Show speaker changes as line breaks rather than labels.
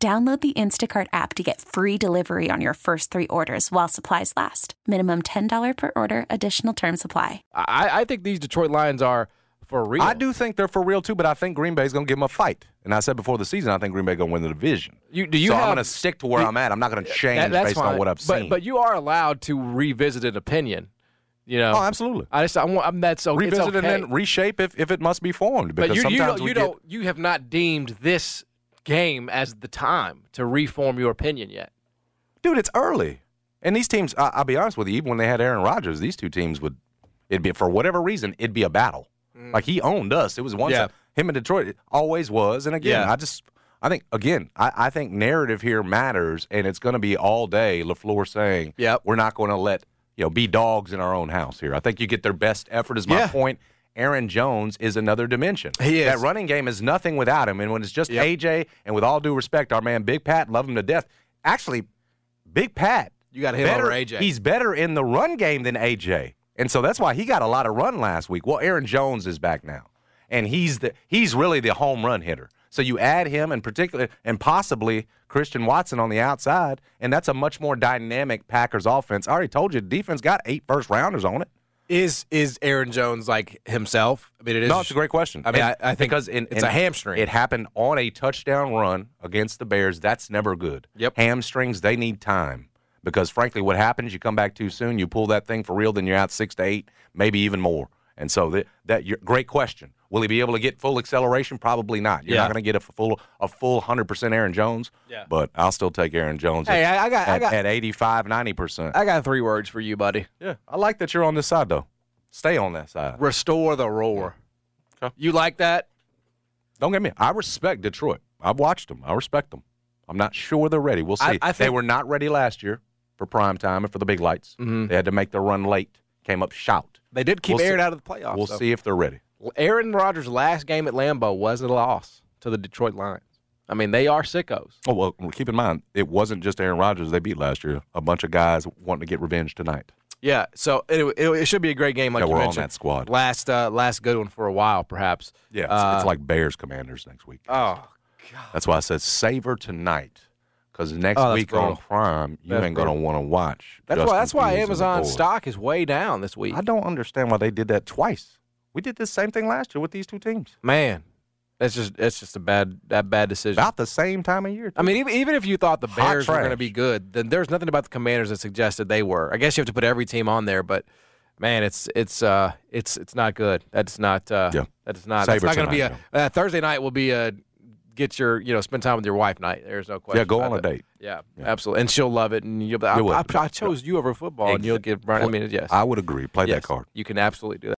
Download the Instacart app to get free delivery on your first three orders while supplies last. Minimum $10 per order, additional term supply.
I, I think these Detroit Lions are for real.
I do think they're for real too, but I think Green Bay's gonna give them a fight. And I said before the season, I think Green Bay gonna win the division.
You- do you
so
have-
I'm gonna stick to where I'm at. I'm not gonna change
That- that's
based
fine.
on what I've
but,
seen.
But you are allowed to revisit an opinion. You know,
oh, absolutely.
I just I want I'm, that's okay. It's
Revisit and
okay.
then reshape if, if it must be formed. Because
But you, you
sometimes
don't,
we
you
get-
don't you have not deemed this game as the time to reform your opinion yet.
dude, it's early. And these teams, I, I'll be honest with you, even when they had Aaron Rodgers, these two teams would, it'd be for whatever reason, it'd be a battle. Like he owned us. It was once
Mm. Yeah.
him and Detroit. It always was. And again,
Yeah.
I just, I think again, I, I think narrative here matters, and it's going to be all day Lafleur saying,
Yep.
we're not going to let you know be dogs in our own house here." I think you get their best effort. Is my
Yeah.
point. Aaron Jones is another dimension.
He is.
That running game is nothing without him. And when it's just
Yep.
AJ, and with all due respect, our man Big Pat, love him to death. Actually, Big Pat.
You got him
better-
over AJ.
He's better in the run game than AJ. And so that's why he got a lot of run last week. Well, Aaron Jones is back now. And he's the he's really the home run hitter. So you add him and particular and possibly Christian Watson on the outside, and that's a much more dynamic Packers offense. I already told you the defense got eight first rounders on it.
Is is Aaron Jones like himself? I mean, it is.
No, it's a great question.
I mean,
And-
I- I think
because in,
it's
in-
a hamstring.
It happened on a touchdown run against the Bears. That's never good.
Yep.
Hamstrings, they need time because, frankly, what happens? You come back too soon. You pull that thing for real, then you're out six to eight, maybe even more. And so that that your great question. Will he be able to get full acceleration? Probably not. You're
Yeah.
not going to get a full a full hundred percent Aaron Jones.
Yeah.
But I'll still take Aaron Jones.
Hey,
at,
I- I got- I
at,
got-
at 85, 90 percent.
I got three words for you, buddy.
Yeah, I like that you're on this side though. Stay on that side.
Restore the roar.
Okay.
You like that?
Don't get me. I respect Detroit. I've watched them. I respect them. I'm not sure they're ready. We'll see.
I- I
they
think-
were not ready last year for prime time and for the big lights.
Mm-hmm.
They had to make the run late. Came up shout.
They did keep
We'll
Aaron
see.
out of the playoffs.
we'll
though.
see if they're ready.
Aaron Rodgers' last game at Lambeau was a loss to the Detroit Lions. I mean, they are sickos.
Oh well, keep in mind it wasn't just Aaron Rodgers they beat last year. A bunch of guys wanting to get revenge tonight.
Yeah. So anyway, it, it should be a great game. Like
Yeah,
you
we're on
mentioned.
that squad.
Last uh, last good one for a while, perhaps.
Yeah, it's,
Uh,
it's like Bears Commanders next week.
Oh,
That's why I said savor tonight, because next
Oh, that's
week on
brutal.
Prime you
That's
ain't gonna want to watch.
that's
Justin
why. That's why
Fields and the
Amazon
boys.
stock is way down this week.
I don't understand why they did that twice. We did the same thing last year with these two teams.
Man, that's just that's just a bad that bad decision.
About the same time of year.
I mean, even, even if you thought the
Hot
Bears were going to
trash.
be good, then there's nothing about the Commanders that suggested they were. I guess you have to put every team on there, but man, it's it's uh it's it's not good. That's not uh
Yeah.
that is not
Sabre
that's not going to be a
tonight,
uh, Thursday night will be a get your you know spend time with your wife night. There's no question.
yeah, go
about
on a
that.
date.
Yeah, absolutely, and she'll love it, and you'll. be, I,
You will.
I, I chose you over football, and you'll get. Right, I mean, yes,
I would agree. Play
yes,
that card.
You can absolutely do that.